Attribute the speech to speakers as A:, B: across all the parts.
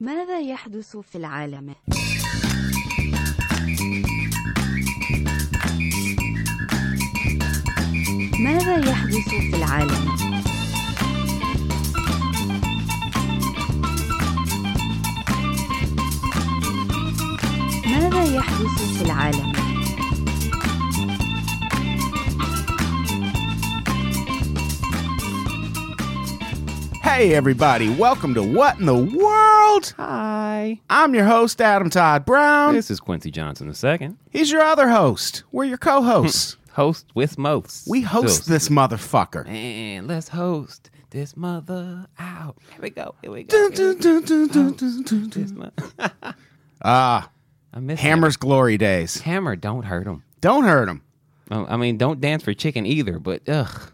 A: ماذا يحدث في العالم؟ ماذا يحدث في العالم؟ ماذا يحدث في العالم؟
B: Hey, everybody, welcome to What in the World?
C: Hi.
B: I'm your host, Adam Todd Brown.
C: Um, This is Quincy Johnson II,
B: He's your other host. We're your co hosts.
C: host with most.
B: We host this motherfucker.
C: Man, let's host this mother out. Here we go. Here we go.
B: Dun, dun, dun, dun, dun, dun, dun, dun.
C: This mo-
B: Ah,
C: I miss
B: Hammer's glory days.
C: Hammer. Hammer, don't hurt him.
B: Don't hurt him.
C: Oh, I mean, don't dance for chicken either. But ugh,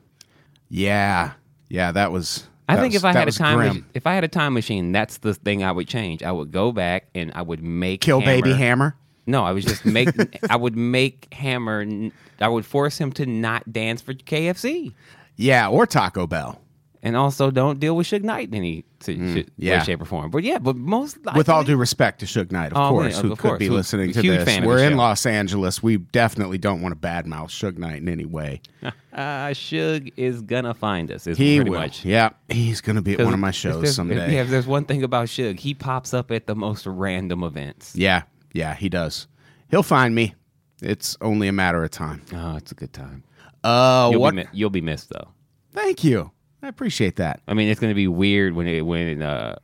B: Yeah. Yeah, that was.
C: I
B: that
C: think
B: was-
C: if I
B: that
C: had a
B: was
C: time,
B: grim.
C: mach- if I had a time machine, that's the thing I would change. I would go back and I would make
B: Kill Baby Hammer.
C: No, I was just make. I would make Hammer. n- I would force him to not dance for KFC,
B: Yeah, or Taco Bell.
C: and also don't deal with Suge Knight in any si- si-
B: Mm, yeah.
C: way, shape, or form. But yeah, but most
B: With all
C: likely-
B: due respect to Suge Knight, of
C: Oh,
B: course,
C: yeah,
B: who
C: of
B: could
C: course,
B: be
C: who-
B: listening to
C: huge
B: this.
C: fan of
B: We're
C: the
B: in
C: show.
B: Los Angeles. We definitely don't want to badmouth Suge Knight in any way.
C: uh, Suge is gonna find us. Is
B: He
C: pretty
B: will.
C: much.
B: Yeah, he's going to be at one of my
C: If there's-
B: shows
C: if-
B: someday.
C: yeah, if there's one thing about Suge, he pops up at the most random events.
B: Yeah, yeah, he does. He'll find me. It's only a matter of time.
C: Oh, it's a good time.
B: Uh,
C: You'll,
B: what?
C: Be, mi- you'll be missed though.
B: Thank you. I appreciate that.
C: I mean, it's gonna be weird when it when uh,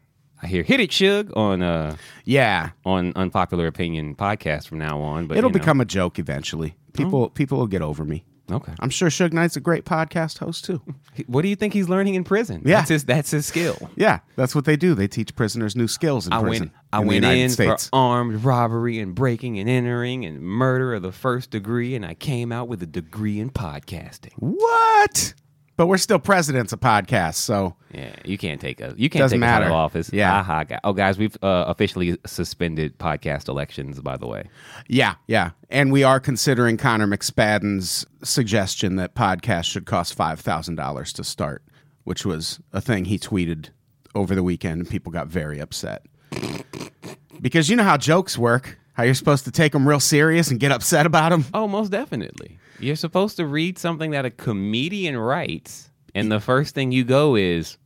C: I hear "Hit It, Suge" on uh,
B: Yeah,
C: on unpopular opinion podcast from now on. But
B: it'll
C: you know. Oh.
B: become a joke eventually. People, people will get over me.
C: okay.
B: I'm sure Suge Knight's a great podcast host too.
C: He- What do you think he's learning in prison?
B: Yeah.
C: that's his, that's his skill.
B: Yeah, that's what they do. They teach prisoners new skills in
C: I
B: prison.
C: went, I
B: in the
C: went
B: United
C: in
B: States.
C: for armed robbery and breaking and entering and murder of the first degree, and I came out with a degree in podcasting.
B: what? But we're still presidents of podcasts, so
C: Yeah, you can't take us. You can't
B: Doesn't
C: take us out of
B: matter.
C: office.
B: Yeah.
C: Aha, guy. Oh, guys, we've uh, officially suspended podcast elections. By the way,
B: yeah, yeah. And we are considering Connor McSpadden's suggestion that podcasts should cost five thousand dollars to start, which was a thing he tweeted over the weekend, and people got very upset because you know how jokes work. How you're supposed to take them real serious and get upset about them.
C: oh, most definitely. You're supposed to read something that a comedian writes, and the first thing you go is,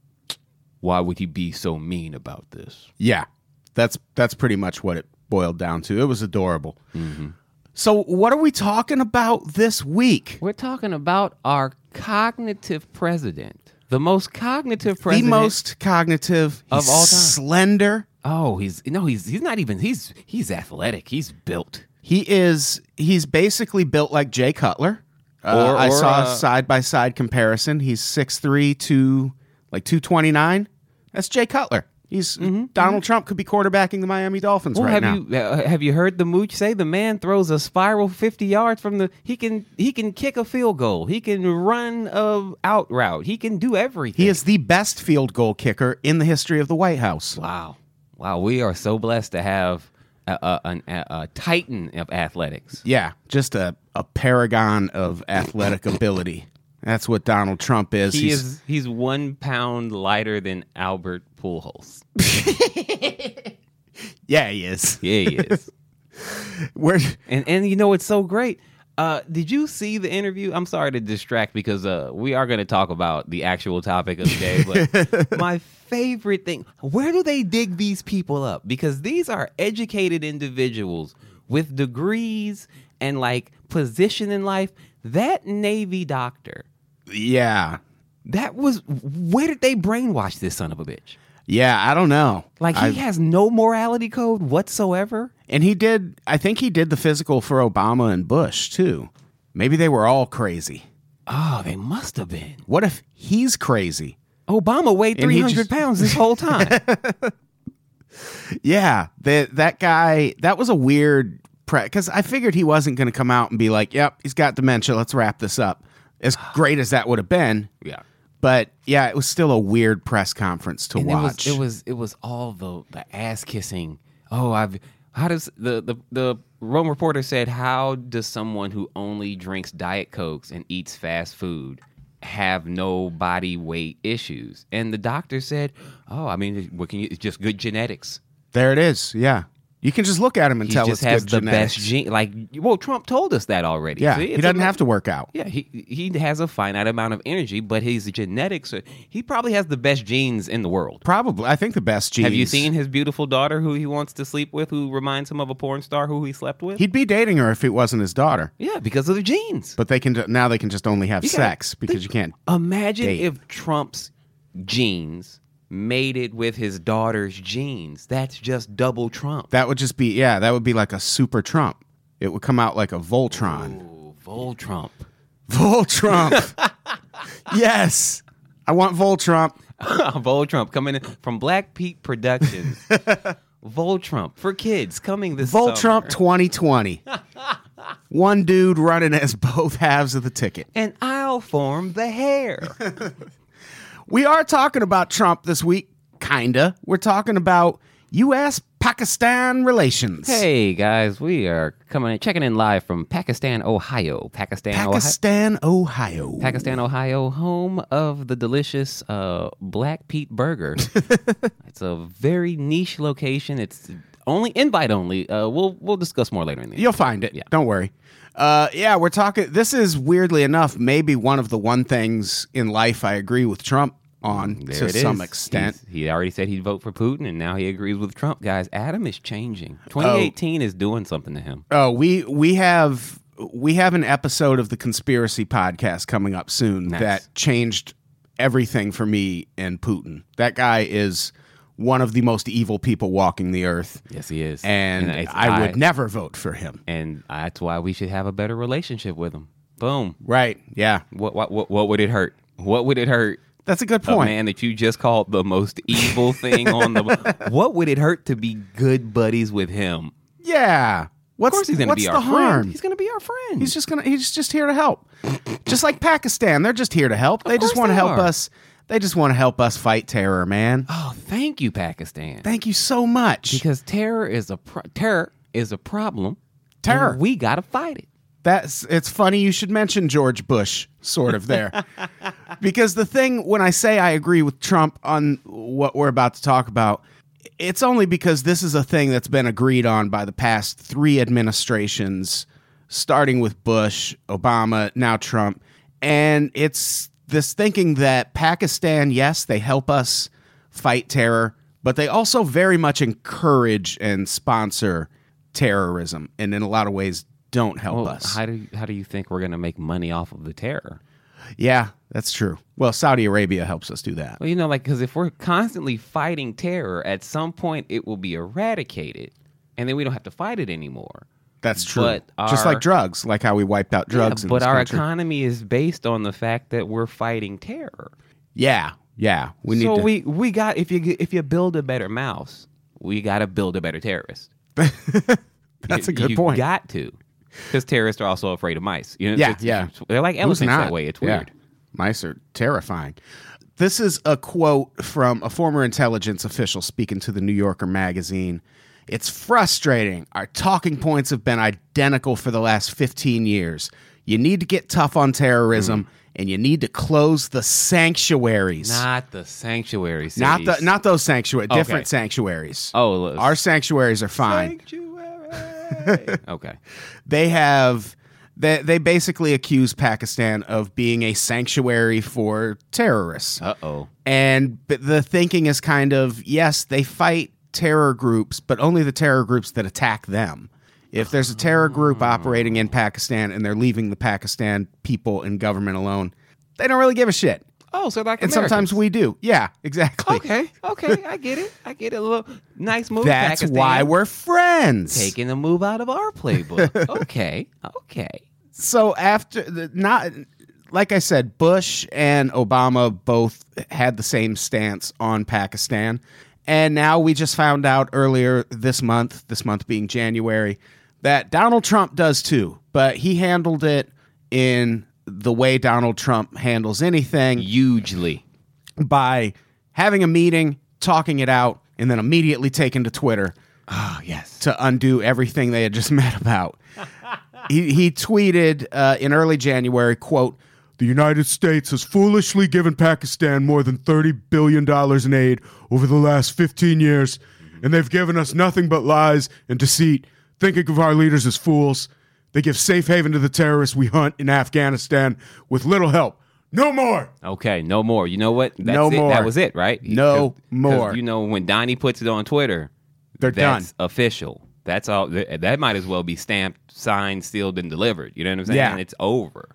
C: "Why would he be so mean about this?"
B: Yeah, that's that's pretty much what it boiled down to. It was adorable.
C: Mm-hmm.
B: So, what are we talking about this week?
C: We're talking about our cognitive president, the most cognitive president.
B: the most cognitive
C: Of
B: he's
C: all time.
B: Slender.
C: Oh, he's no, he's he's not even he's he's athletic. He's built.
B: He is. He's basically built like Jay Cutler. Uh,
C: Or-
B: I
C: or,
B: saw
C: uh,
B: a side by side comparison. He's 6'3", two, like two twenty nine. That's Jay Cutler. He's Donald Trump could be quarterbacking the Miami Dolphins
C: Mm-hmm, Well,
B: right
C: have
B: now.
C: you uh, have you heard the mooch say the man throws a spiral fifty yards from the he can he can kick a field goal he can run a out route he can do everything.
B: he is the best field goal kicker in the history of the White House.
C: wow, wow. We are so blessed to have a, a, an, a, a titan of athletics.
B: Yeah, just a, a paragon of athletic ability. That's what Donald Trump is.
C: He
B: He's-
C: is he's one pound lighter than Albert Pujols.
B: yeah, he is.
C: Yeah, he is.
B: We're,
C: And and you know it's so great. Uh, did you see the interview? I'm sorry to distract because uh, we are going to talk about the actual topic of the day. But my favorite thing, where do they dig these people up? Because these are educated individuals with degrees and like position in life. That Navy doctor,
B: yeah,
C: that was where did they brainwash this son of a bitch?
B: yeah. I don't know.
C: Like he
B: I-
C: has no morality code whatsoever.
B: and he did. I think he did the physical for Obama and Bush too. Maybe they were all crazy.
C: Oh, they must have been.
B: What if he's crazy?
C: Obama weighed
B: And he
C: 300
B: just-
C: pounds this whole time.
B: Yeah, that that guy. That was a weird. Because I figured he wasn't going to come out and be like, "Yep, he's got dementia. Let's wrap this up." As great as that would have been,
C: yeah.
B: But yeah, it was still a weird press conference to
C: And it
B: watch.
C: was it was it was all the the ass kissing. Oh, I've how does the the the Rome reporter said how does someone who only drinks diet cokes and eats fast food have no body weight issues? And the doctor said, "Oh, I mean, what can you it's just good genetics."
B: There it is. Yeah. You can just look at him and
C: He
B: tell
C: just
B: it's
C: has
B: good
C: the
B: genetics.
C: best gene. Like, well, Trump told us that already.
B: Yeah.
C: See,
B: he
C: it's
B: doesn't
C: a-
B: have to work out.
C: Yeah, he he has a finite amount of energy, but his genetics. Are, he probably has the best genes in the world.
B: Probably. I think the best genes.
C: Have you seen his beautiful daughter, who he wants to sleep with, who reminds him of a porn star who he slept with?
B: He'd be dating her if it wasn't his daughter.
C: yeah, because of the genes.
B: But they can ju- now they can just only have
C: You gotta
B: sex because you can't.
C: Imagine
B: Date.
C: if Trump's genes mated with his daughter's genes. That's just double Trump.
B: That would just be yeah. That would be like a super Trump. It would come out like a Voltron.
C: Ooh, Vol Trump.
B: Voltrump. yes, I want Voltrump.
C: Vol Trump coming in from Black Pete Productions. Vol Trump for kids coming this
B: Voltrump
C: summer.
B: 2020. One dude running as both halves of the ticket.
C: and I'll form the hair.
B: We are talking about Trump this week, kinda. We're talking about U.S. Pakistan relations.
C: hey guys, we are coming in, checking in live from Pakistan, Ohio. Pakistan, Ohio.
B: Pakistan, Ohio.
C: Pakistan, Ohio, home of the delicious uh, Black Pete Burger. it's a very niche location. It's only invite only. Uh, we'll we'll discuss more later in the.
B: You'll find it. Don't worry. Uh, yeah, we're talking. This is weirdly enough, maybe one of the one things in life I agree with Trump on
C: Mm, There
B: to
C: it is.
B: some extent.
C: He's- he already said he'd vote for Putin, and now he agrees with Trump. Guys, Adam is changing. 2018 is doing something to him.
B: Oh, we we have we have an episode of the conspiracy podcast coming up soon that changed everything for me and Putin. That guy is one of the most evil people walking the earth,
C: Yes, he is.
B: and
C: it's-
B: I would never vote for him.
C: and that's why we should have a better relationship with him. Boom.
B: Right? Yeah,
C: What what what, what would it hurt? What would it hurt?
B: that's a good
C: A
B: point.
C: man that you just called the most evil thing on the. What would it hurt to be good buddies with him?
B: Yeah. What's
C: Of course, he's going to
B: what's
C: be
B: the
C: our
B: harm?
C: friend. He's going to be our friend.
B: He's just gonna. He's just here to help. Just like Pakistan, they're just here to help. they just
C: course
B: want to
C: they
B: help
C: are.
B: us. They just want to help us fight terror, man.
C: oh, thank you, Pakistan.
B: Thank you so much.
C: because terror is a pro- terror is a problem.
B: Terror.
C: and we got to fight it.
B: That's. It's funny you should mention George Bush, sort of there, because the thing when I say I agree with Trump on what we're about to talk about. It's only because this is a thing that's been agreed on by the past three administrations, starting with Bush, Obama, now Trump. And it's this thinking that Pakistan, yes, they help us fight terror, but they also very much encourage and sponsor terrorism, and in a lot of ways don't help
C: Well,
B: us.
C: how do you, how do you think we're going to make money off of the terror?
B: yeah, that's true. Well, Saudi Arabia helps us do that.
C: Well, you know, like because if we're constantly fighting terror, at some point it will be eradicated, and then we don't have to fight it anymore.
B: That's true.
C: But
B: Just
C: our-
B: like drugs, like how we wiped out drugs.
C: Yeah,
B: in
C: but
B: this
C: our
B: country.
C: economy is based on the fact that we're fighting terror.
B: yeah, yeah, we need
C: so
B: to.
C: we we got if you g- if you build a better mouse, we got to build a better terrorist.
B: that's
C: You-
B: a good
C: you
B: point.
C: Got to, because terrorists are also afraid of mice. You know,
B: Yeah,
C: it's-
B: yeah.
C: They're like
B: Who's
C: elephants that
B: not?
C: way. It's
B: Yeah.
C: weird.
B: Mice are terrifying. This is a quote from a former intelligence official speaking to the New Yorker magazine. It's frustrating. Our talking points have been identical for the last 15 years. You need to get tough on
C: Hmm.
B: terrorism and you need to close the sanctuaries.
C: Not the sanctuary cities.
B: not the not those sanctuaries,
C: Okay.
B: different sanctuaries.
C: oh look.
B: Our sanctuaries are fine.
C: sanctuary. okay.
B: they have they, they basically accuse Pakistan of being a sanctuary for terrorists.
C: Uh oh.
B: And but the thinking is kind of yes, they fight terror groups, but only the terror groups that attack them. If there's a terror group operating in Pakistan and they're leaving the Pakistan people and government alone, they don't really give a shit.
C: Oh, so like
B: And sometimes we do. Yeah, exactly.
C: Okay. Okay. I get it. I get it. A little nice move.
B: That's
C: Pakistan.
B: why we're friends.
C: taking a move out of our playbook. okay. Okay.
B: so after the, not like I said, Bush and Obama both had the same stance on Pakistan, and now we just found out earlier this month, this month being January, that Donald Trump does too, but he handled it in the way Donald Trump handles anything
C: Hugely.
B: by having a meeting, talking it out, and then immediately taking to Twitter
C: Oh yes.
B: to undo everything they had just met about. he, he tweeted uh, in early January, quote, the United States has foolishly given Pakistan more than $30 billion in aid over the last 15 years and they've given us nothing but lies and deceit, thinking of our leaders as fools. They give safe haven to the terrorists we hunt in Afghanistan with little help. No more.
C: Okay, no more. You know what? That's
B: No
C: it.
B: more.
C: That was it, right?
B: No
C: 'Cause- 'cause
B: more.
C: You know when Donnie puts it on Twitter,
B: They're
C: that's
B: done.
C: official. That's all. th- That might as well be stamped, signed, sealed, and delivered. You know what I'm saying?
B: Yeah.
C: It's over.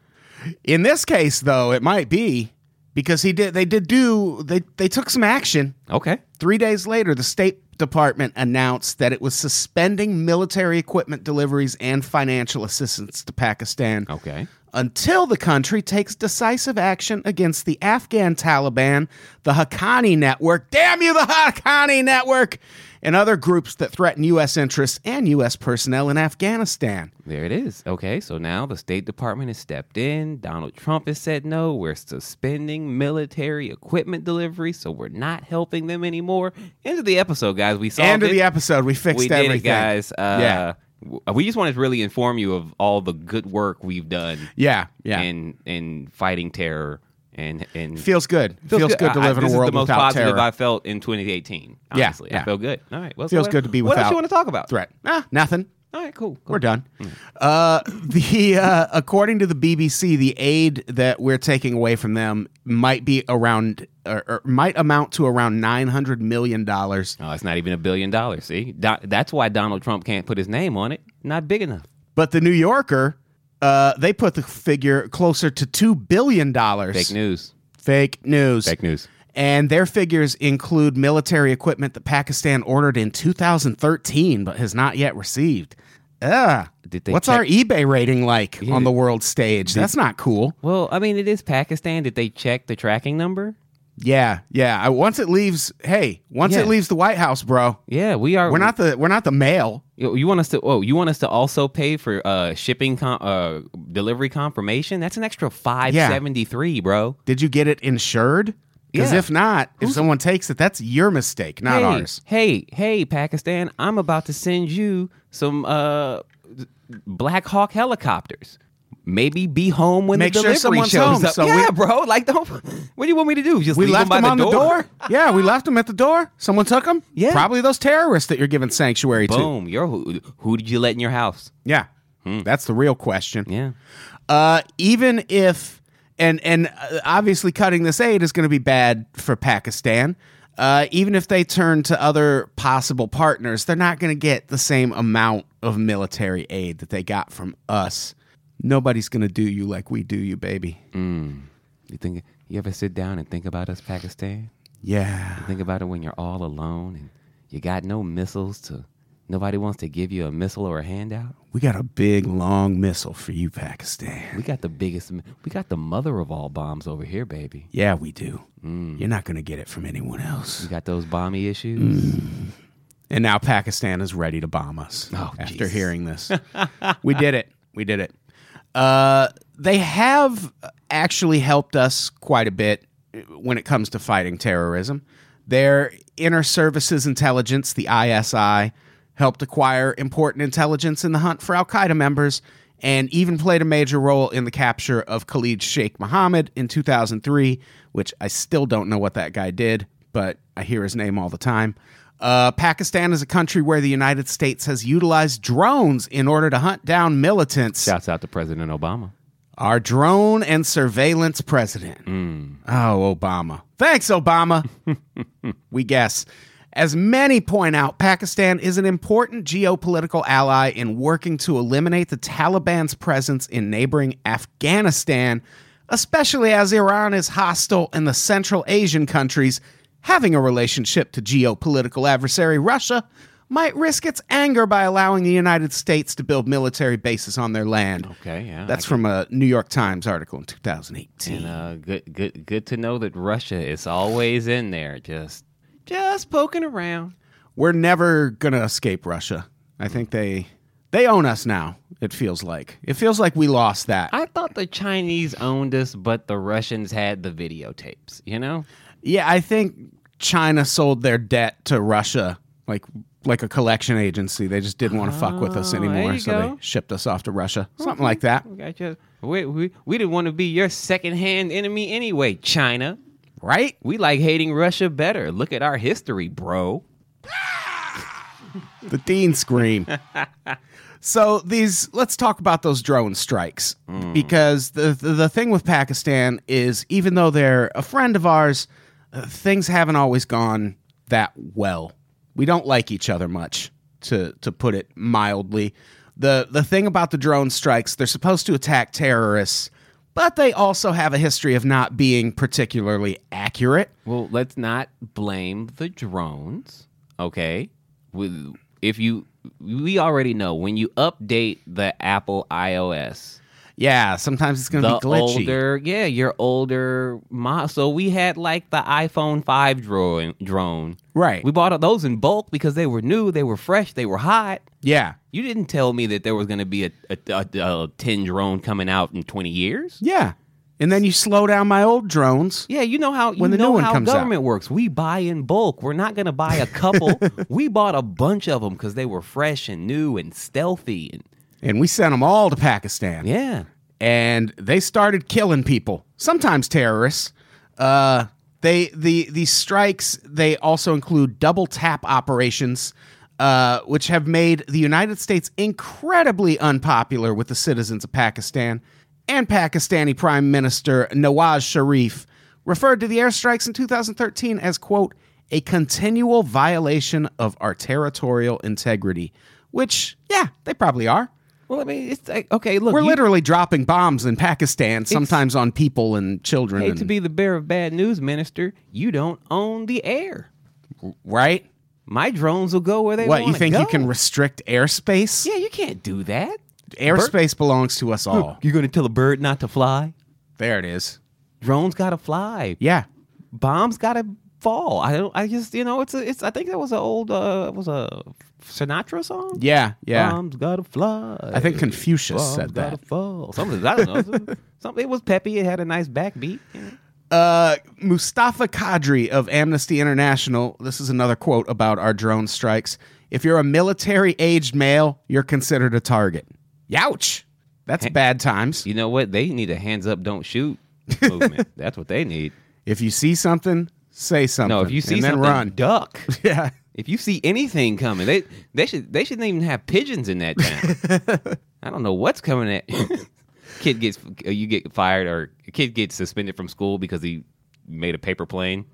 B: In this case, though, it might be because he did. They did do. They they took some action.
C: Okay.
B: Three days later, the State Department announced that it was suspending military equipment deliveries and financial assistance to Pakistan
C: Okay.
B: until the country takes decisive action against the Afghan Taliban, the Haqqani Network, damn you, the Haqqani Network, and other groups that threaten U.S. interests and U.S. personnel in Afghanistan.
C: There it is. Okay, so now the State Department has stepped in. Donald Trump has said no. We're suspending military equipment delivery, so we're not helping them anymore. End of the episode, guys. We solved
B: End of
C: it.
B: the episode. We fixed
C: we did
B: everything.
C: it, guys. Uh,
B: Yeah.
C: w- We just wanted to really inform you of all the good work we've done
B: Yeah, yeah.
C: in in fighting terror and and
B: feels good. Feels, good. to
C: I-
B: live in a
C: this
B: world
C: is the most
B: without
C: positive
B: terror.
C: I felt in 2018.
B: Yeah,
C: Honestly,
B: yeah.
C: I feel good. All right, well, so
B: Feels
C: what-
B: good to be
C: What else
B: without
C: you want to talk about?
B: Threat. Ah, nothing.
C: All right, cool. cool.
B: We're done. Uh, the uh, according to the BBC, the aid that we're taking away from them might be around, or, or might amount to around nine hundred million dollars.
C: Oh, it's not even a billion dollars. See, Do- that's why Donald Trump can't put his name on it. Not big enough.
B: But the New Yorker, uh, they put the figure closer to two billion dollars.
C: Fake news.
B: Fake news.
C: Fake news.
B: And their figures include military equipment that Pakistan ordered in 2013 but has not yet received. Ugh.
C: Did they
B: What's
C: check-
B: our eBay rating like on
C: did-
B: the world stage? That's not cool.
C: Well, I mean, it is Pakistan. Did they check the tracking number?
B: Yeah, yeah. I, once it leaves, hey, once
C: Yeah.
B: it leaves the White House, bro,
C: Yeah, we are.
B: we're not the we're not the mail.
C: You you want us to? Oh, you want us to also pay for uh, shipping com- uh, delivery confirmation? That's an extra five seventy three, bro.
B: Did you get it insured? Because
C: Yeah.
B: if not, if someone takes it, that's your mistake, not
C: hey,
B: ours.
C: Hey, hey, Pakistan! I'm about to send you some uh, Black Hawk helicopters. Maybe be home when
B: Make
C: the
B: sure
C: delivery
B: someone's
C: shows
B: home,
C: up.
B: so
C: yeah,
B: we-
C: bro. Like, don't. What do you want me to do? Just
B: We
C: leave
B: left them
C: them by
B: on
C: the
B: the door. yeah, we left them at the door. Someone took them.
C: Yeah.
B: probably those terrorists that you're giving sanctuary to.
C: Boom! You're who? Who did you let in your house?
B: Yeah, that's the real question.
C: Yeah.
B: Uh, even if and and uh, obviously cutting this aid is going to be bad for Pakistan. Uh, even if they turn to other possible partners, they're not going to get the same amount of military aid that they got from us. Nobody's going to do you like we do you, baby.
C: You think you ever sit down and think about us, Pakistan?
B: Yeah.
C: Think about it when you're all alone and you got no missiles to nobody wants to give you a missile or a handout.
B: We got a big, long missile for you, Pakistan.
C: We got the biggest we got the mother of all bombs over here, baby.
B: Yeah, we do. You're not going to get it from anyone else.
C: You got those bomby issues.
B: And now Pakistan is ready to bomb us
C: Oh,
B: after
C: Jesus.
B: hearing this. we did it. We did it. Uh, they have actually helped us quite a bit when it comes to fighting terrorism. Their Inner Services Intelligence, the ISI, helped acquire important intelligence in the hunt for Al Qaeda members and even played a major role in the capture of Khalid Sheikh Mohammed in 2003, which I still don't know what that guy did, but I hear his name all the time. Uh, Pakistan is a country where the United States has utilized drones in order to hunt down militants.
C: Shouts out to President Obama.
B: Our drone and surveillance president. Oh, Obama. Thanks, Obama. we guess. As many point out, Pakistan is an important geopolitical ally in working to eliminate the Taliban's presence in neighboring Afghanistan, especially as Iran is hostile and the Central Asian countries having a relationship to geopolitical adversary Russia might risk its anger by allowing the United States to build military bases on their land.
C: Okay, yeah.
B: That's from a New York Times article in 2018.
C: and, uh, good good good to know that Russia is always in there just just poking around.
B: We're never going to escape Russia. I think they they own us now. It feels like. It feels like we lost that.
C: I thought the Chinese owned us, but the Russians had the videotapes, you know?
B: yeah, I think China sold their debt to Russia like like a collection agency. They just didn't want to fuck with us
C: Oh, there
B: anymore,
C: you
B: so
C: go.
B: they shipped us off to Russia. Something like that.
C: Gotcha. We, we, we didn't want to be your secondhand enemy anyway, China.
B: Right?
C: We like hating Russia better. Look at our history, bro.
B: the dean scream. so these let's talk about those drone strikes because the, the the thing with Pakistan is even though they're a friend of ours, uh, things haven't always gone that well. We don't like each other much to to put it mildly. The the thing about the drone strikes, they're supposed to attack terrorists, but they also have a history of not being particularly accurate.
C: Well, let's not blame the drones, okay? With if you we already know when you update the Apple iOS,
B: Yeah, sometimes it's going to
C: the
B: be glitchy.
C: older, yeah, your older mo- so we had like the iPhone 5 drone drone.
B: Right.
C: We bought those in bulk because they were new, they were fresh, they were hot.
B: yeah.
C: You didn't tell me that there was going to be a, a, a, a 10 drone coming out in 20 years.
B: Yeah. And then you slow down my old drones.
C: Yeah, you know how you
B: When the new
C: know
B: one
C: how
B: comes out.
C: government works. We buy in bulk. We're not going to buy a couple. we bought a bunch of them because they were fresh and new and stealthy. And
B: And we sent them all to Pakistan.
C: yeah,
B: And they started killing people, sometimes terrorists. Uh, they the these strikes they also include double tap operations, uh, which have made the United States incredibly unpopular with the citizens of Pakistan. And Pakistani Prime Minister Nawaz Sharif referred to the airstrikes in 2013 as quote a continual violation of our territorial integrity, which yeah they probably are.
C: well, I mean, it's like okay, look,
B: We're
C: you-
B: literally dropping bombs in Pakistan, sometimes on people and children.
C: hate
B: and-
C: to be the bearer of bad news, Minister. You don't own the air.
B: right?
C: My drones will go where they
B: What you
C: wanna
B: think you
C: go.
B: can restrict airspace?
C: Yeah, you can't do that.
B: Airspace belongs to us all.
C: You're going to tell a bird not to fly.
B: There it is.
C: Drones got to fly.
B: Yeah,
C: bombs gotta fall. I don't. I just you know it's a, it's. I think that was an old uh it was a Sinatra song.
B: yeah, yeah.
C: Bombs gotta fly.
B: I think Confucius
C: bombs
B: said
C: gotta
B: that.
C: fall. Something I don't know. Something it was peppy. It had a nice backbeat. You know?
B: Uh, Mustafa Kadri of Amnesty International. This is another quote about our drone strikes. If you're a military-aged male, you're considered a target. Youch! That's bad times.
C: You know what? They need a hands up, don't shoot movement. That's what they need.
B: If you see something, say something.
C: No, if you see
B: and then
C: something,
B: run.
C: duck.
B: Yeah.
C: If you see anything coming, they they should they shouldn't even have pigeons in that town. I don't know what's coming at. kid gets uh, you get fired or a kid gets suspended from school because he made a paper plane,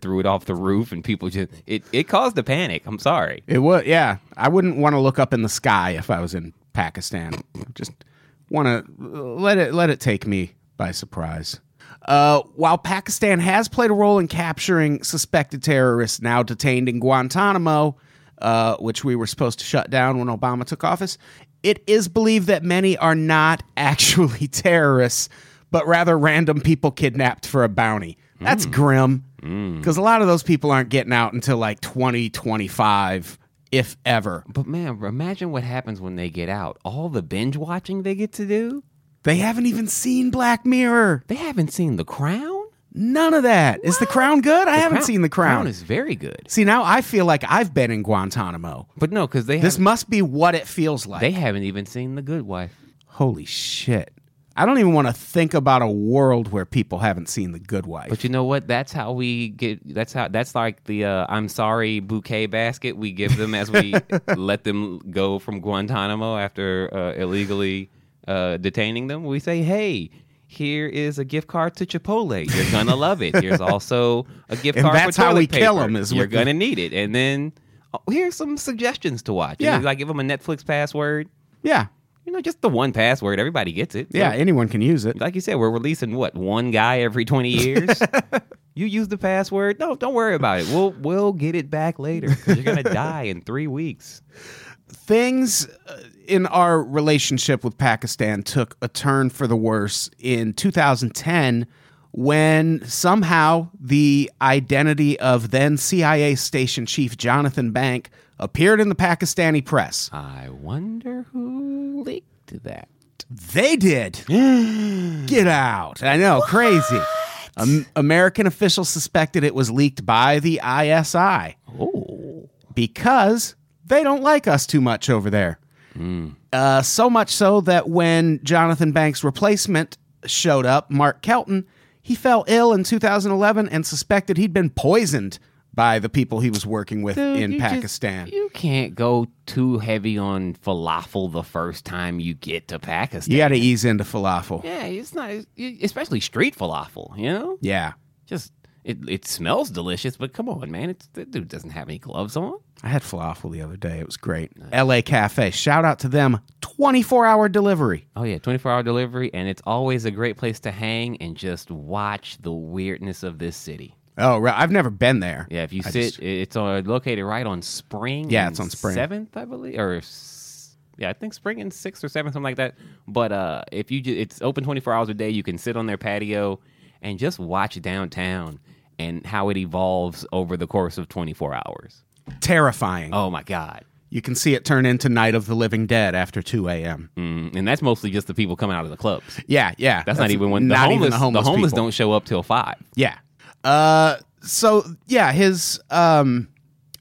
C: threw it off the roof, and people just it it caused a panic. I'm sorry.
B: It would, yeah. I wouldn't want to look up in the sky if I was in Pakistan. Just want to let it let it take me by surprise. Uh, while Pakistan has played a role in capturing suspected terrorists now detained in Guantanamo, uh, which we were supposed to shut down when Obama took office, it is believed that many are not actually terrorists, but rather random people kidnapped for a bounty. That's grim because a lot of those people aren't getting out until like 2025, if ever.
C: But man, imagine what happens when they get out. All the binge watching they get to do.
B: They haven't even seen Black Mirror.
C: They haven't seen The Crown.
B: None of that. Is The Crown good? I haven't seen The Crown.
C: Crown is very good,
B: See, now I feel like I've been in Guantanamo.
C: but no, because they
B: This
C: haven't,
B: must be what it feels like.
C: they haven't even seen The Good Wife.
B: Holy shit. I don't even want to think about a world where people haven't seen The Good Wife.
C: But you know what? That's how we get. That's how. That's like the uh, I'm sorry bouquet basket we give them as we let them go from Guantanamo after uh, illegally uh, detaining them. We say, hey. Here is a gift card to Chipotle. You're gonna love it. Here's also a gift
B: And
C: card.
B: that's
C: for
B: how
C: toilet
B: we kill
C: paper.
B: 'em is
C: you're
B: with the-
C: gonna need it. And then oh, here's some suggestions to watch.
B: Yeah.
C: Yeah, I give them a Netflix password.
B: yeah.
C: You know, just the one password. Everybody gets it.
B: Yeah, anyone can use it.
C: Like you said, we're releasing what one guy every twenty years. you use the password. No, don't worry about it. We'll we'll get it back later. 'cause You're gonna die in three weeks.
B: things uh, in our relationship with Pakistan took a turn for the worse in 2010 when somehow the identity of then CIA station chief Jonathan Bank appeared in the Pakistani press.
C: I wonder who leaked that.
B: They did. Get out. I know, crazy. Am- American officials suspected it was leaked by the ISI.
C: Oh,
B: because they don't like us too much over there.
C: Hmm.
B: Uh, so much so that when Jonathan Banks' replacement showed up, Mark Kelton, he fell ill in 2011 and suspected he'd been poisoned by the people he was working with
C: Dude,
B: in
C: you just-
B: Pakistan.
C: you can't go too heavy on falafel the first time you get to Pakistan.
B: you got to ease into falafel.
C: Yeah, it's not, especially street falafel. You know,
B: Yeah.
C: just it it smells delicious, but come on, man, it's, that dude doesn't have any gloves on.
B: I had falafel the other day. It was great. LA Cafe. Shout out to them. 24 hour delivery.
C: Oh yeah, twenty four hour delivery, and it's always a great place to hang and just watch the weirdness of this city.
B: Oh, right. I've never been there.
C: Yeah, if you
B: I
C: sit,
B: just-
C: it's uh, located right on Spring.
B: Yeah,
C: and
B: it's on Spring.
C: Seventh, I believe, or s- yeah, I think Spring and sixth or seventh, something like that. But uh, if you, ju- it's open twenty four hours a day. You can sit on their patio and just watch downtown and how it evolves over the course of twenty four hours.
B: terrifying.
C: Oh my god.
B: You can see it turn into Night of the Living Dead after 2 a.m.
C: Mm, and that's mostly just the people coming out of the clubs.
B: Yeah, yeah.
C: That's, not even when the homeless,
B: even
C: the homeless,
B: people.
C: don't show up till five.
B: Yeah. Uh, so yeah, his um,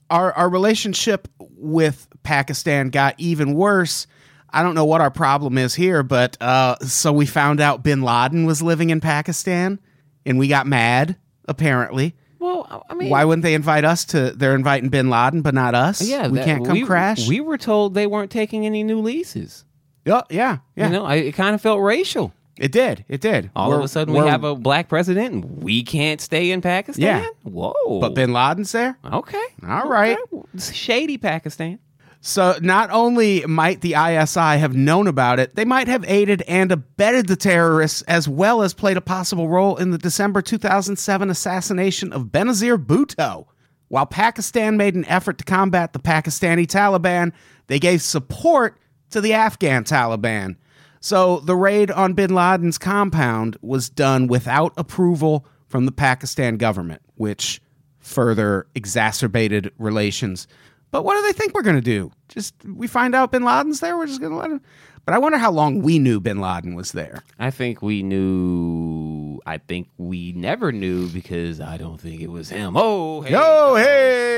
B: our our relationship with Pakistan got even worse. I don't know what our problem is here, but uh, so we found out Bin Laden was living in Pakistan, and we got mad. Apparently,
C: Well, I mean,
B: why wouldn't they invite us to? They're inviting Bin Laden, but not us.
C: Yeah,
B: we
C: that-
B: can't come
C: we-
B: crash.
C: We were told they weren't taking any new leases.
B: Oh, yeah, yeah.
C: You know, I, it kind of felt racial.
B: it did. It did.
C: All of
B: We're-
C: a sudden,
B: we're-
C: we have a black president. and We can't stay in Pakistan.
B: Yeah.
C: Whoa.
B: But Bin Laden's there.
C: okay.
B: All right.
C: Okay. Shady Pakistan.
B: So not only might the ISI have known about it, they might have aided and abetted the terrorists as well as played a possible role in the December 2007 assassination of Benazir Bhutto. While Pakistan made an effort to combat the Pakistani Taliban, they gave support to the Afghan Taliban. So the raid on bin Laden's compound was done without approval from the Pakistan government, which further exacerbated relations. But what do they think we're going to do? Just we find out bin Laden's there, we're just going to let him. But I wonder how long we knew bin Laden was there.
C: I think we knew. I think we never knew because I don't think it was him. Oh, hey.
B: Yo,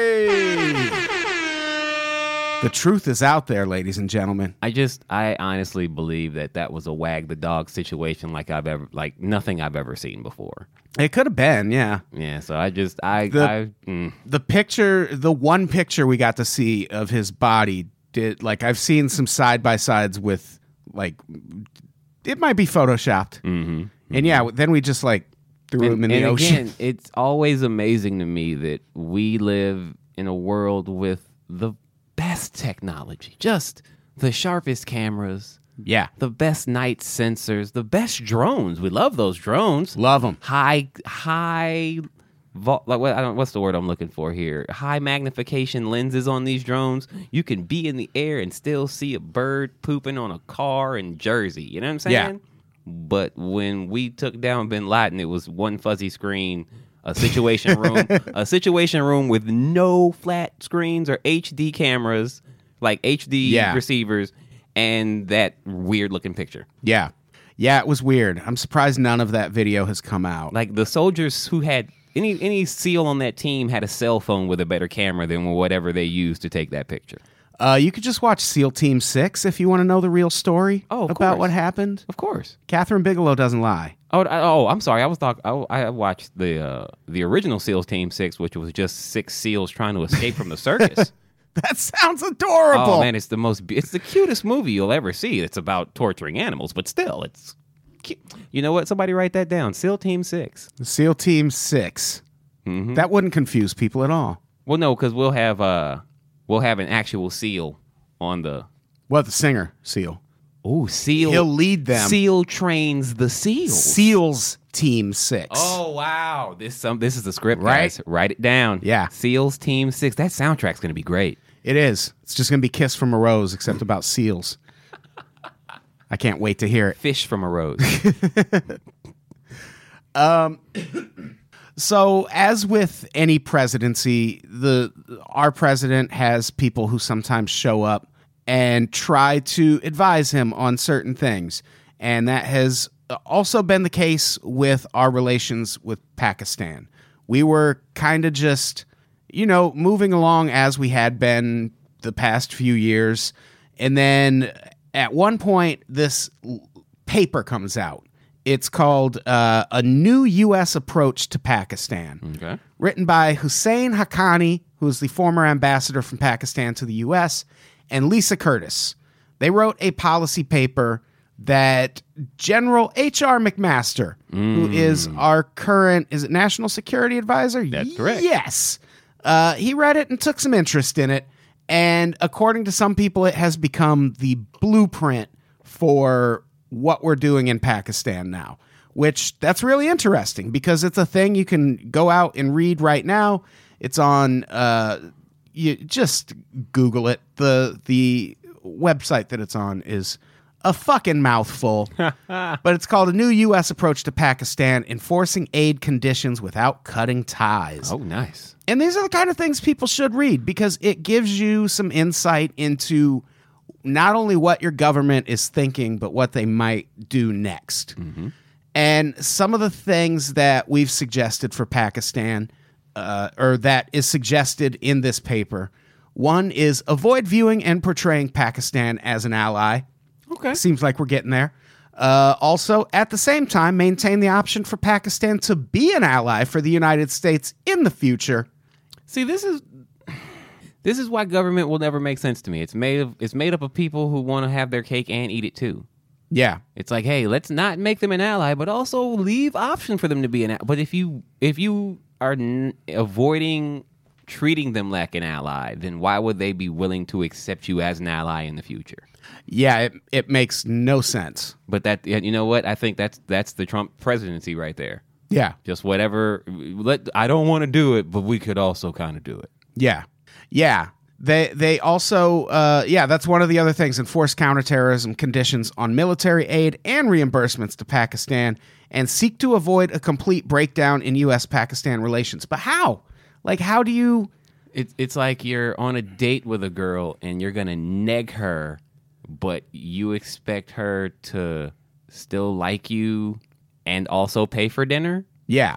B: hey! the truth is out there, ladies and gentlemen.
C: I just, I honestly believe that that was a wag the dog situation, like I've ever, like nothing I've ever seen before.
B: It could have been, yeah.
C: Yeah. So I just, I,
B: The-
C: I, mm,
B: the picture the one picture we got to see of his body did like i've seen some side by sides with like it might be photoshopped
C: mm-hmm.
B: and yeah then we just like threw him in the ocean
C: Again, it's always amazing to me that we live in a world with the best technology, just the sharpest cameras,
B: yeah
C: the best night sensors, the best drones. We love those drones.
B: love him
C: High, high, vol- like what, I don't, what's the word I'm looking for here? High magnification lenses on these drones. You can be in the air and still see a bird pooping on a car in Jersey. You know what I'm saying?
B: Yeah.
C: But when we took down Bin Laden, it was one fuzzy screen, a situation room, a situation room with no flat screens or HD cameras, like HD
B: Yeah.
C: receivers, and that weird looking picture.
B: yeah yeah it was weird i'm surprised none of that video has come out
C: Like the soldiers who had any any seal on that team had a cell phone with a better camera than whatever they used to take that picture.
B: uh, you could just watch seal team 6 if you want to know the real story
C: Oh, of
B: about
C: course.
B: what happened
C: Of course.
B: catherine bigelow doesn't lie
C: Oh, I- oh, I'm sorry. I was talking. I watched the uh, the original SEALs Team Six, which was just six SEALs trying to escape from the circus.
B: that sounds adorable
C: Oh man, it's the most. be- It's the cutest movie you'll ever see. It's about torturing animals, but still, it's. Cute. You know what? Somebody write that down. SEAL Team Six.
B: seal team 6
C: Mhm.
B: that wouldn't confuse people at all
C: Well, no, because we'll have uh, we'll have an actual seal on the.
B: Well, the singer Seal.
C: Oh, seal.
B: He'll lead them.
C: Seal trains the seals.
B: Seals Team Six.
C: Oh wow! This some this is the script,
B: Right?
C: guys. Write it down.
B: Yeah.
C: Seals Team Six. That soundtrack's gonna be great.
B: It is. It's just gonna be Kiss from a Rose, except about seals. I can't wait to hear it.
C: Fish from a rose.
B: So, as with any presidency, the our president has people who sometimes show up and try to advise him on certain things, and that has also been the case with our relations with Pakistan. We were kind of just, you know, moving along as we had been the past few years, and then at one point this l- paper comes out It's called uh, A New U.S. Approach to Pakistan.
C: Okay.
B: Written by Hussein Haqqani, who is the former ambassador from Pakistan to the U.S., and Lisa Curtis. They wrote a policy paper that General H.R. McMaster,
C: Mm.
B: who is our current, is it National Security Advisor?
C: That's correct.
B: Yes. Uh, he read it and took some interest in it. And according to some people, it has become the blueprint for what we're doing in Pakistan now, which that's really interesting because it's a thing you can go out and read right now. It's on, uh, you just Google it. The, the website that it's on is a fucking mouthful, but it's called A New U.S. Approach to Pakistan Enforcing Aid Conditions Without Cutting Ties.
C: Oh, nice.
B: And these are the kind of things people should read because it gives you some insight into not only what your government is thinking, but what they might do next. And some of the things that we've suggested for Pakistan, uh, or that is suggested in this paper, one is avoid viewing and portraying Pakistan as an ally.
C: Okay.
B: Seems like we're getting there. Uh, also, at the same time, maintain the option for Pakistan to be an ally for the United States in the future.
C: See, this is this is why government will never make sense to me. It's made of it's made up of people who want to have their cake and eat it too.
B: Yeah.
C: It's like, hey, let's not make them an ally, but also leave option for them to be an ally. But if you if you are n- avoiding treating them like an ally, then why would they be willing to accept you as an ally in the future?
B: Yeah, it, it makes no sense.
C: But that you know what? I think that's that's the Trump presidency right there.
B: Yeah.
C: Just whatever. Let I don't want to do it, but we could also kind of do it.
B: Yeah. Yeah. They they also uh, yeah that's one of the other things enforce counterterrorism conditions on military aid and reimbursements to Pakistan and seek to avoid a complete breakdown in U.S. Pakistan relations. But how? Like how do you?
C: It's it's like you're on a date with a girl and you're gonna neg her, but you expect her to still like you and also pay for dinner.
B: Yeah,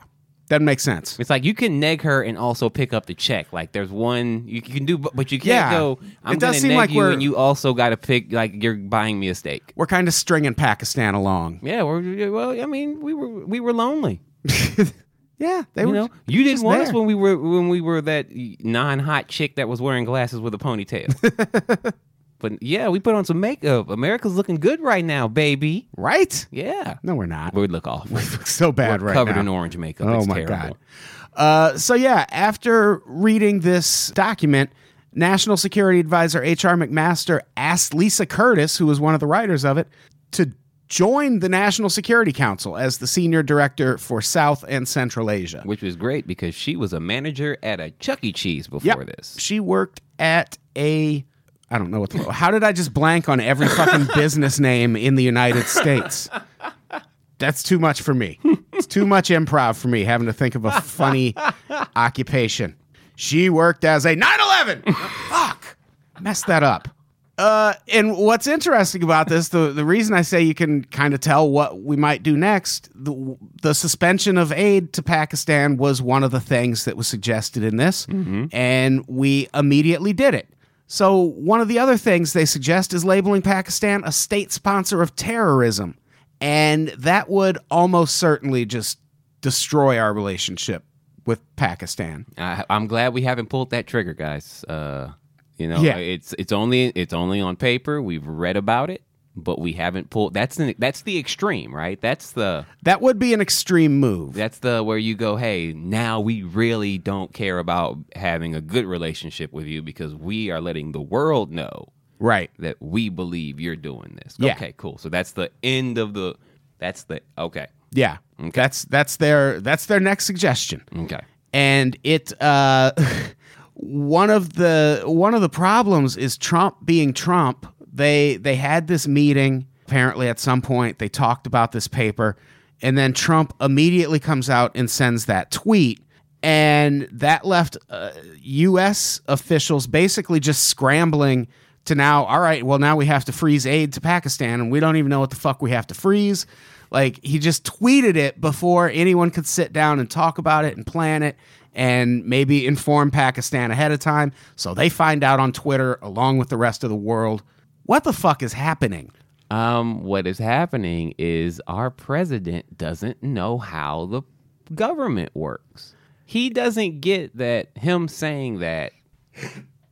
B: doesn't make sense.
C: It's like you can neg her and also pick up the check. Like there's one you can do, but but you
B: Yeah.
C: can't go. I'm
B: It does
C: gonna
B: seem
C: neg
B: like
C: you,
B: we're-
C: and you also got to pick. Like you're buying me a steak.
B: We're kind of stringing Pakistan along.
C: Yeah, we're, well, I mean, we were we were lonely.
B: Yeah, they
C: You
B: were.
C: know, you didn't
B: just
C: want us
B: there.
C: when we were when we were that non-hot chick that was wearing glasses with a ponytail. but yeah, we put on some makeup. America's looking good right now, baby.
B: right?
C: Yeah,
B: No, we're not.
C: we look off.
B: We're so bad right
C: covered
B: now.
C: in orange makeup.
B: Oh
C: it's
B: my god.
C: terrible.
B: Uh, so yeah, after reading this document, National Security Advisor H.R. McMaster asked Lisa Curtis, who was one of the writers of it, to join the National Security Council as the senior director for South and Central Asia.
C: Which was great because she was a manager at a Chuck E. Cheese before
B: Yep.
C: this.
B: She worked at a I don't know what the How did I just blank on every fucking business name in the United States? That's too much for me. It's too much improv for me having to think of a funny occupation. She worked as a 9/11. Fuck. Messed that up. Uh, and what's interesting about this, the, the reason I say you can kind of tell what we might do next, the, the suspension of aid to Pakistan was one of the things that was suggested in this, and we immediately did it. So, one of the other things they suggest is labeling Pakistan a state sponsor of terrorism, and that would almost certainly just destroy our relationship with Pakistan.
C: I, I'm glad we haven't pulled that trigger, guys. Uh, you know,
B: Yeah.
C: it's it's only it's only on paper. We've read about it, but we haven't pulled. That's an, that's the extreme, right? That's the
B: That would be an extreme move.
C: That's the where you go, hey, now we really don't care about having a good relationship with you because we are letting the world know
B: Right.
C: that we believe you're doing this.
B: Yeah.
C: Okay, cool. So that's the end of the that's the okay.
B: Yeah. That's that's their that's their next suggestion.
C: Okay.
B: and it uh, one of the one of the problems is Trump being Trump. They they had this meeting apparently at some point. They talked about this paper, and then Trump immediately comes out and sends that tweet, and that left uh, U.S. officials basically just scrambling. To now, all right, well, now we have to freeze aid to Pakistan, and we don't even know what the fuck we have to freeze. Like he just tweeted it before anyone could sit down and talk about it and plan it and maybe inform Pakistan ahead of time so they find out on Twitter along with the rest of the world what the fuck is happening.
C: Um, what is happening is our president doesn't know how the government works. He doesn't get that him saying that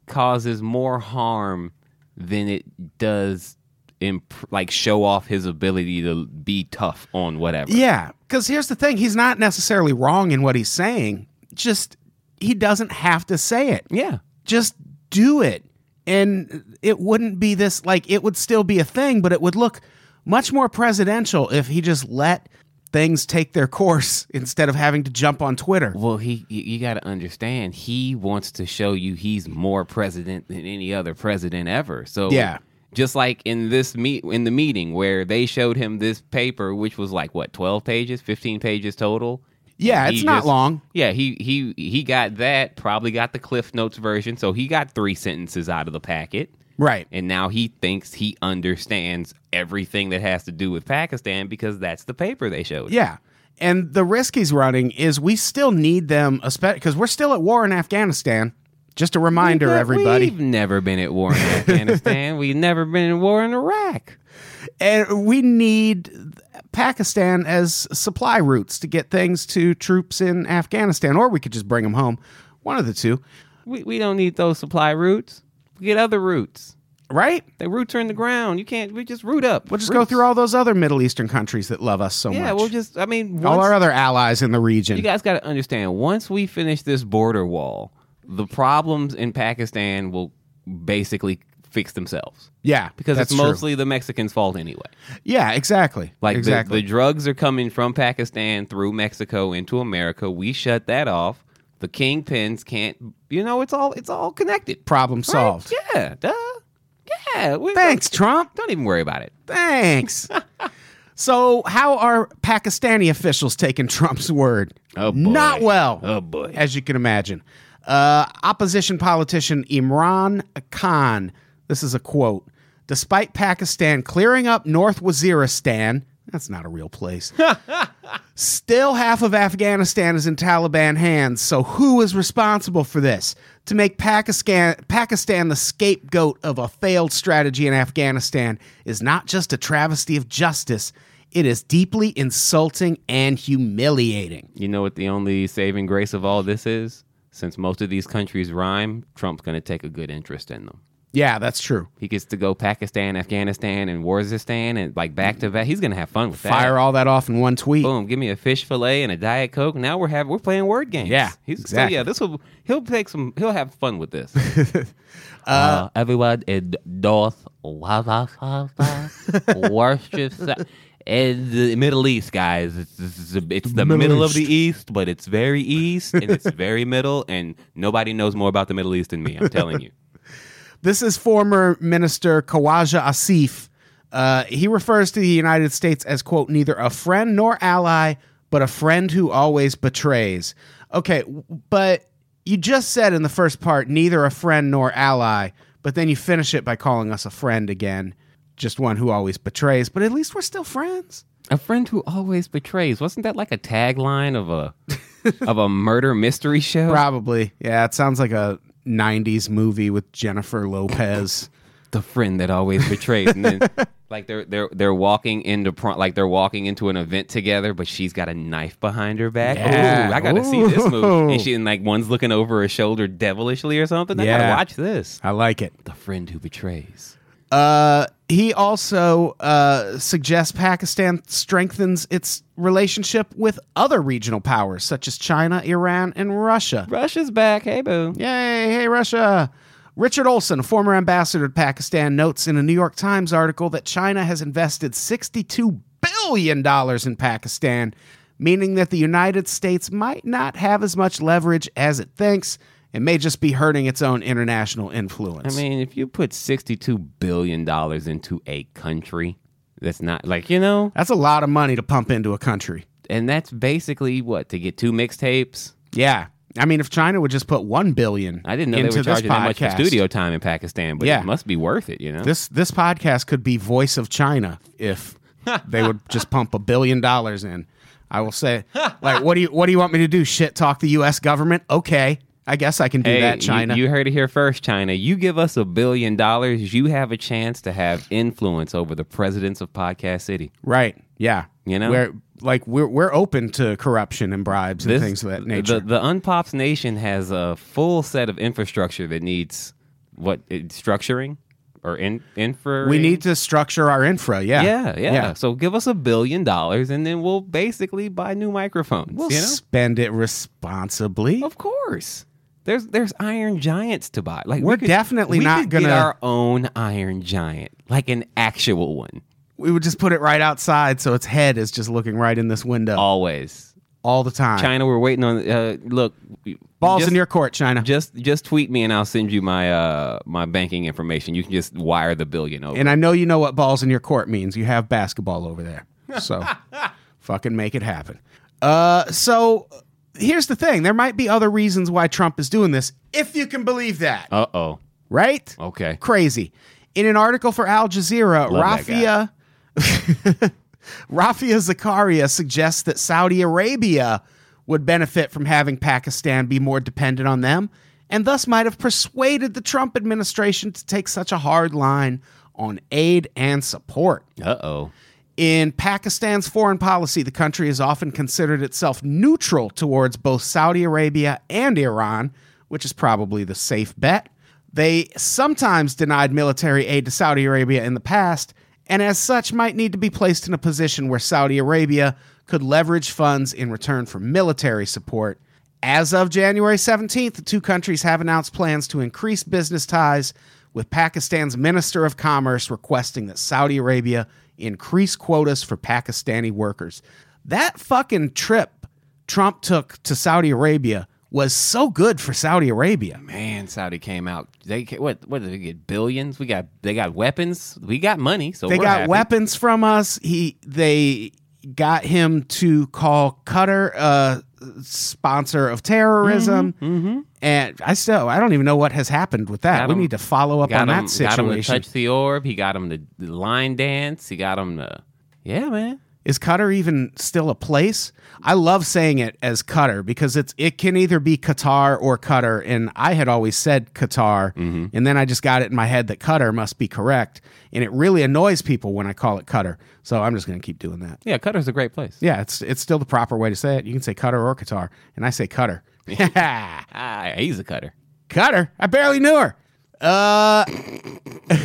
C: causes more harm than it does imp- like show off his ability to be tough on whatever.
B: Yeah, because here's the thing: he's not necessarily wrong in what he's saying. Just he doesn't have to say it.
C: Yeah.
B: Just do it, and it wouldn't be this like it would still be a thing, but it would look much more presidential if he just let things take their course instead of having to jump on Twitter.
C: Well, he you, you got to understand he wants to show you he's more president than any other president ever. So
B: Yeah.
C: just like in this meet in the meeting where they showed him this paper, which was like what twelve pages, fifteen pages total.
B: Yeah,
C: And
B: it's
C: he
B: not long.
C: Yeah, he he he got that. Probably got the Cliff Notes version, so he got three sentences out of the packet.
B: Right.
C: And now he thinks he understands everything that has to do with Pakistan because that's the paper they showed.
B: Yeah. And the risk he's running is we still need them, because we're still at war in Afghanistan. Just a reminder,
C: But
B: everybody.
C: We've never been at war in Afghanistan. We've never been in war in Iraq.
B: and Eh, we need Pakistan as supply routes to get things to troops in Afghanistan, or we could just bring them home. One of the two,
C: We, we don't need those supply routes. We get other routes.
B: right?
C: The roots are in the ground. You can't. We just root up.
B: We'll just go through all those other Middle Eastern countries that love us so
C: Yeah,
B: much.
C: we'll just. I mean,
B: all
C: once-
B: our other allies in the region.
C: you guys got to understand. Once we finish this border wall, the problems in Pakistan will basically fix themselves
B: yeah,
C: because
B: that's
C: it's
B: true.
C: mostly the Mexicans' fault anyway.
B: yeah, exactly,
C: Like
B: exactly.
C: the, the drugs are coming from Pakistan through Mexico into America. We shut that off. The kingpins can't. You know, it's all it's all connected.
B: Problem
C: right?
B: solved.
C: Yeah. Duh. Yeah. we-
B: Thanks, Trump.
C: Don't, don't even worry about it.
B: Thanks. so, how are Pakistani officials taking Trump's word?
C: Oh, boy.
B: Not well.
C: Oh, boy.
B: As you can imagine. Uh, opposition politician Imran Khan, this is a quote. Despite Pakistan clearing up North Waziristan, that's not a real place. Still, half of Afghanistan is in Taliban hands. So, who is responsible for this? To make Pakistan, Pakistan the scapegoat of a failed strategy in Afghanistan is not just a travesty of justice, it is deeply insulting and humiliating.
C: You know what the only saving grace of all this is? Since most of these countries rhyme, Trump's going to take a good interest in them.
B: Yeah, that's true.
C: He gets to go Pakistan, Afghanistan, and Waziristan, and like back to back. He's going to have fun with that.
B: Fire all that off in one tweet.
C: boom, give me a fish fillet and a diet coke. Now we're having we're playing word games.
B: Yeah,
C: he's,
B: exactly.
C: So yeah, this will he'll take some. He'll have fun with this. uh, everyone in North worships in the Middle East, guys. It's, it's the it's the
B: Middle
C: middle of the East, but it's very East and it's very middle, and nobody knows more about the Middle East than me. I'm telling you.
B: This is former Minister Khawaja Asif. Uh, he refers to the United States as, quote, neither a friend nor ally, but a friend who always betrays. Okay, w- but you just said in the first part, neither a friend nor ally, but then you finish it by calling us a friend again. Just one who always betrays, but at least we're still friends.
C: A friend who always betrays. Wasn't that like a tagline of a of a murder mystery show?
B: Probably. Yeah, it sounds like a 90s movie with Jennifer Lopez.
C: the friend that always betrays and then like they're they're they're walking into prom like they're walking into an event together but she's got a knife behind her back
B: Yeah.
C: Ooh, i gotta see this
B: Ooh.
C: movie and she and like one's looking over her shoulder devilishly or something i
B: Yeah.
C: gotta watch this
B: I like it.
C: the friend who betrays
B: Uh, he also uh, suggests Pakistan strengthens its relationship with other regional powers such as China, Iran, and Russia.
C: russia's back hey boo
B: Yay! Hey, Russia! Richard Olson, a former ambassador to Pakistan, notes in a New York Times article that China has invested $62 billion in Pakistan, meaning that the United States might not have as much leverage as it thinks and may just be hurting its own international influence.
C: i mean if you put 62 billion dollars into a country that's not like you know
B: that's a lot of money to pump into a country.
C: and that's basically what to get two mixtapes
B: Yeah. I mean, if China would just put one billion,
C: i didn't know
B: into
C: they were
B: this
C: charging that much for
B: podcast,
C: studio time in pakistan but
B: Yeah.
C: it must be worth it you know
B: This this podcast could be voice of China if they would just pump a billion dollars in. I will say, like, what do you what do you want me to do? Shit talk the U.S. government? Okay, I guess I can do
C: Hey,
B: that,
C: you-
B: China.
C: You, heard it here first, China. You give us a billion dollars, you have a chance to have influence over the presidents of Podcast City.
B: right. Yeah.
C: You know?
B: We're like we're we're open to corruption and bribes and
C: This-
B: things of that nature.
C: The, the Unpops Nation has a full set of infrastructure that needs what it, structuring or in infra.
B: we need to structure our infra, yeah.
C: Yeah, yeah, So give us a billion dollars, and then we'll basically buy new microphones.
B: We'll
C: you know,
B: spend it responsibly.
C: of course. There's there's Iron Giants to buy. Like we
B: We're
C: could-
B: definitely
C: we
B: not
C: could get
B: gonna-
C: our own Iron Giant, like an actual one.
B: We would just put it right outside so its head is just looking right in this window
C: Always,
B: all the time.
C: China. We're waiting on. Uh, look,
B: Balls
C: just,
B: in your court, China.
C: Just just tweet me, and I'll send you my uh my banking information. You can just wire the billion over.
B: and I know you know what balls in your court means. You have basketball over there. So fucking make it happen. Uh, so here's the thing there might be other reasons why Trump is doing this, if you can believe that,
C: Uh oh.
B: right?
C: Okay.
B: Crazy. In an article for Al Jazeera,
C: Love that
B: Rafia. Rafia Zakaria suggests that Saudi Arabia would benefit from having Pakistan be more dependent on them and thus might have persuaded the Trump administration to take such a hard line on aid and support.
C: Uh oh.
B: In Pakistan's foreign policy, the country has often considered itself neutral towards both Saudi Arabia and Iran, which is probably the safe bet. They sometimes denied military aid to Saudi Arabia in the past, and as such, might need to be placed in a position where Saudi Arabia could leverage funds in return for military support. As of January 17th, the two countries have announced plans to increase business ties, with Pakistan's Minister of Commerce requesting that Saudi Arabia increase quotas for Pakistani workers. That fucking trip Trump took to Saudi Arabia was so good for Saudi Arabia.
C: Man, Saudi came out. They ca- what? What did they get? Billions. We got. They got weapons. We got money. So
B: They
C: we're
B: got
C: happy.
B: weapons from us. He they got him to call Qatar a sponsor of terrorism.
C: Mm-hmm.
B: And I still I don't even know what has happened with that.
C: Got
B: we
C: him-
B: need to follow up
C: Got
B: on
C: him,
B: that
C: got him to
B: situation.
C: touch the orb. He got him to the line dance. He got him to. Yeah, man.
B: Is Qatar even still a place? I love saying it as Qatar because it's it can either be Qatar or Qatar, and I had always said Qatar,
C: Mm-hmm.
B: and then I just got it in my head that Qatar must be correct, and it really annoys people when I call it Qatar. So I'm just going to keep doing that.
C: Yeah, Qatar's a great place.
B: Yeah, it's it's still the proper way to say it. You can say Qatar or Qatar, and I say Qatar.
C: Ah, he's a cutter.
B: Cutter. I barely knew her. Uh,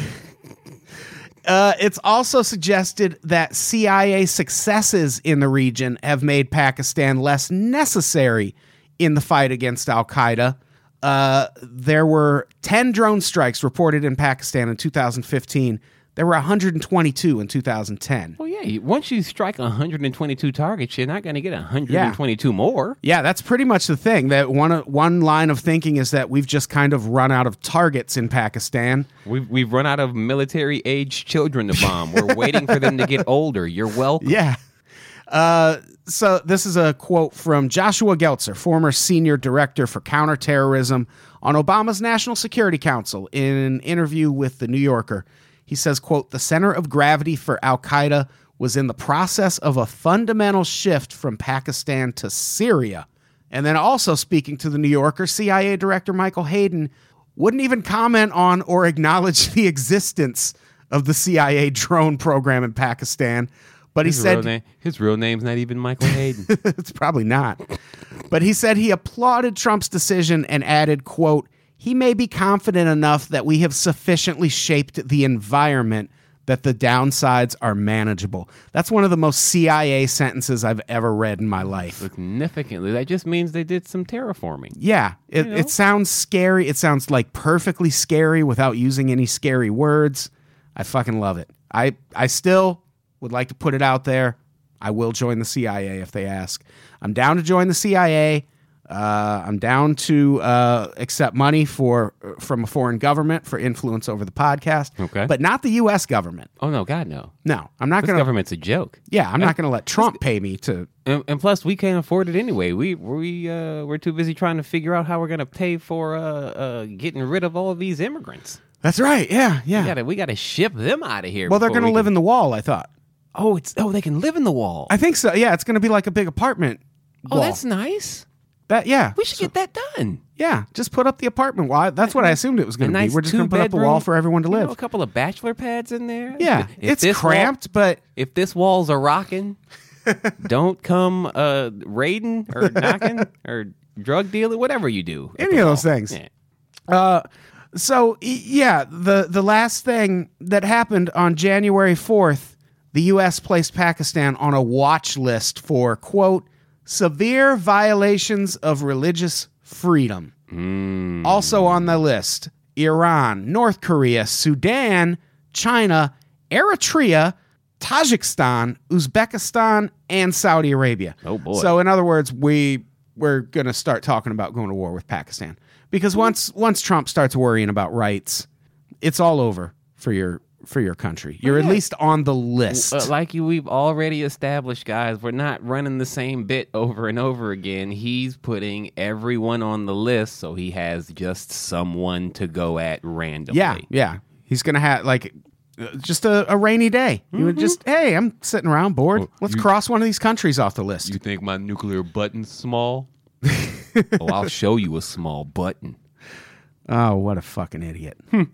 B: uh, it's also suggested that CIA successes in the region have made Pakistan less necessary in the fight against Al Qaeda. Uh, there were 10 drone strikes reported in Pakistan in 2015. There were 122 in 2010.
C: Well, yeah. you- Once you strike 122 targets, you're not going to get 122 more.
B: Yeah, that's pretty much the thing. That one one line of thinking is that we've just kind of run out of targets in Pakistan.
C: We've, we've run out of military aged children to bomb. We're waiting for them to get older. You're welcome.
B: Yeah. Uh, so this is a quote from Joshua Geltzer, former senior director for counterterrorism on Obama's National Security Council, in an interview with The New Yorker. He says, quote, the center of gravity for Al Qaeda was in the process of a fundamental shift from Pakistan to Syria. And then also speaking to The New Yorker, CIA Director Michael Hayden wouldn't even comment on or acknowledge the existence of the CIA drone program in Pakistan. But he
C: His, real
B: said
C: name, his real name's not even Michael Hayden.
B: it's probably not. But he said he applauded Trump's decision and added, quote, he may be confident enough that we have sufficiently shaped the environment that the downsides are manageable. That's one of the most CIA sentences I've ever read in my life.
C: Significantly. That just means they did some terraforming.
B: Yeah, it, it sounds scary. It sounds like perfectly scary without using any scary words. I fucking love it. I, I still would like to put it out there. I will join the CIA if they ask. I'm down to join the CIA. Uh, I'm down to uh, accept money for uh, from a foreign government for influence over the podcast.
C: Okay.
B: but not the U.S. government.
C: Oh, no, God, no.
B: No, I'm not
C: This
B: gonna.
C: government's a joke.
B: yeah, I'm not gonna let Trump pay me to.
C: And, and plus, we can't afford it anyway. We we uh, we're too busy trying to figure out how we're gonna pay for uh, uh, getting rid of all these immigrants.
B: That's right. Yeah, yeah.
C: We gotta we gotta ship them out of here.
B: well, they're
C: before
B: gonna
C: we
B: live
C: can-
B: in the wall. I thought.
C: Oh, it's oh they can live in the wall.
B: I think so. Yeah, it's going to be like a big apartment.
C: oh,
B: wall.
C: that's nice.
B: That yeah,
C: We should get that done.
B: yeah. Just put up the apartment wall. That's what I assumed it was
C: A
B: going to
C: nice
B: be. We're just going to put up a
C: two-bedroom,
B: wall for everyone to
C: you know,
B: live.
C: a couple of bachelor pads in there.
B: yeah,
C: If
B: it's
C: this wall-
B: cramped, but
C: if this wall's a rocking, don't come uh, raiding or knocking or drug dealing, whatever you do. at
B: any
C: the
B: of those
C: wall.
B: things.
C: Yeah.
B: Uh, so y- yeah, the the last thing that happened on January fourth, the U.S. placed Pakistan on a watch list for quote severe violations of religious freedom.
C: Mm,
B: Also on the list, Iran, North Korea, Sudan, China, Eritrea, Tajikistan, Uzbekistan, and Saudi Arabia.
C: Oh, boy.
B: So in other words, we we're going to start talking about going to war with Pakistan because once once Trump starts worrying about rights, it's all over for your for your country. You're at least on the list.
C: But uh, like you, we've already established, guys, we're not running the same bit over and over again. He's putting everyone on the list, so he has just someone to go at randomly.
B: yeah, yeah. He's going to have like uh, just a, a rainy day. You
C: Mm-hmm.
B: would just hey, I'm sitting around bored. Let's cross one of these countries off the list.
C: You think my nuclear button's small? oh, I'll show you a small button.
B: Oh, what a fucking idiot.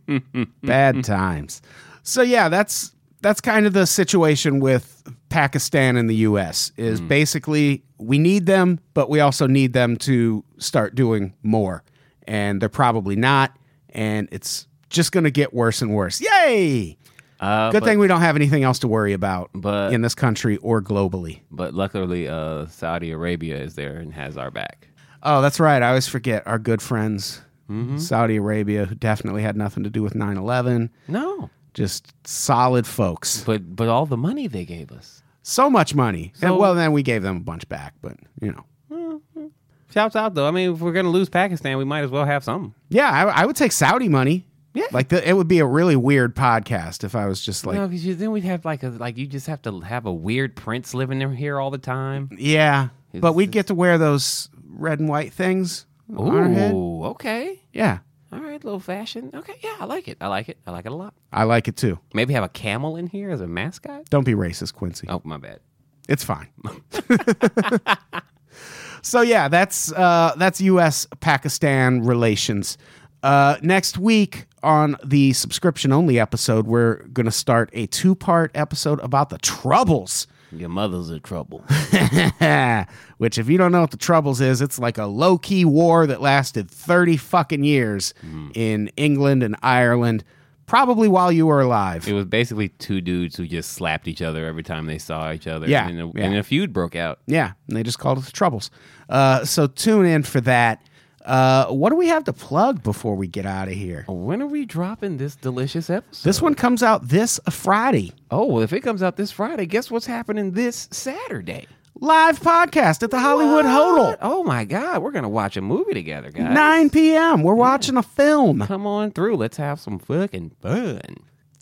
B: Bad times. So yeah, that's that's kind of the situation with Pakistan and the US is
C: Hmm.
B: basically we need them, but we also need them to start doing more. And they're probably not, and it's just going to get worse and worse. Yay!
C: Uh,
B: Good
C: but-
B: thing we don't have anything else to worry about
C: But-
B: in this country or globally.
C: But luckily, uh, Saudi Arabia is there and has our back.
B: Oh, that's right. I always forget our good friends,
C: Mm-hmm.
B: Saudi Arabia, who definitely had nothing to do with 9 11.
C: No,
B: Just solid folks.
C: but but all the money they gave us.
B: so much money.
C: So-
B: and well, then we gave them a bunch back, but you know,
C: Shouts out though. I mean, if we're gonna lose Pakistan, we might as well have some.
B: yeah, I, I would take Saudi money.
C: Yeah.
B: like the, it would be a really weird podcast if I was just like,
C: no, because then we'd have like a like you just have to have a weird prince living in here all the time.
B: yeah, but
C: It's-
B: we'd get to wear those red and white things. on our head.
C: Ooh, okay,
B: yeah,
C: all right, little fashion. Okay, yeah, I like it. I like it. I like it a lot.
B: I like it too.
C: Maybe have a camel in here as a mascot.
B: Don't be racist, Quincy.
C: Oh, my bad.
B: It's fine. so yeah, that's uh, that's U.S. Pakistan relations. Uh, next week on the subscription only episode, we're going to start a two part episode about the troubles.
C: Your mother's in trouble.
B: Which, if you don't know what the troubles is, it's like a low key war that lasted 30 fucking years in England and Ireland, probably while you were alive.
C: It was basically two dudes who just slapped each other every time they saw each other.
B: Yeah,
C: and, a,
B: yeah.
C: and a feud broke out.
B: Yeah, and they just called it the Troubles. Uh, so tune in for that. Uh, what do we have to plug before we get out of here?
C: When are we dropping this delicious episode?
B: This one comes out this Friday.
C: Oh, well, if it comes out this Friday, guess what's happening this Saturday?
B: Live podcast at the Hollywood
C: What?
B: Hodel,
C: Oh, my God. We're going to watch a movie together, guys.
B: 9 p.m. We're watching a film.
C: Come on through. Let's have some fucking fun.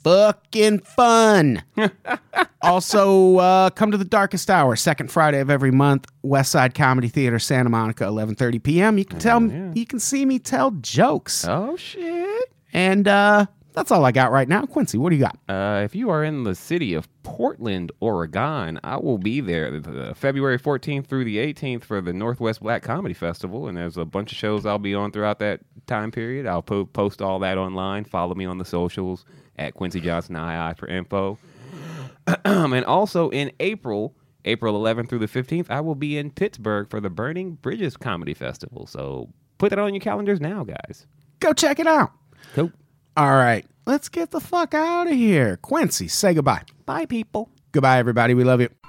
B: Fucking fun. also, uh, come to the darkest hour, second Friday of every month, West Side Comedy Theater, Santa Monica, 11:30 p.m. You can tell, you can see me tell jokes,
C: Oh, shit.
B: and uh, that's all I got right now. Quincy, what do you got?
C: Uh, if you are in the city of Portland, Oregon, I will be there uh, February 14th through the 18th for the Northwest Black Comedy Festival. And there's a bunch of shows I'll be on throughout that time period. I'll po- post all that online. Follow me on the socials at Quincy Johnson II for info. and also in April, April 11th through the 15th, I will be in Pittsburgh for the Burning Bridges Comedy Festival. So put that on your calendars now, guys.
B: Go check it out.
C: Cool.
B: All right. Let's get the fuck out of here. Quincy, say goodbye.
C: Bye, people.
B: Goodbye, everybody. We love you.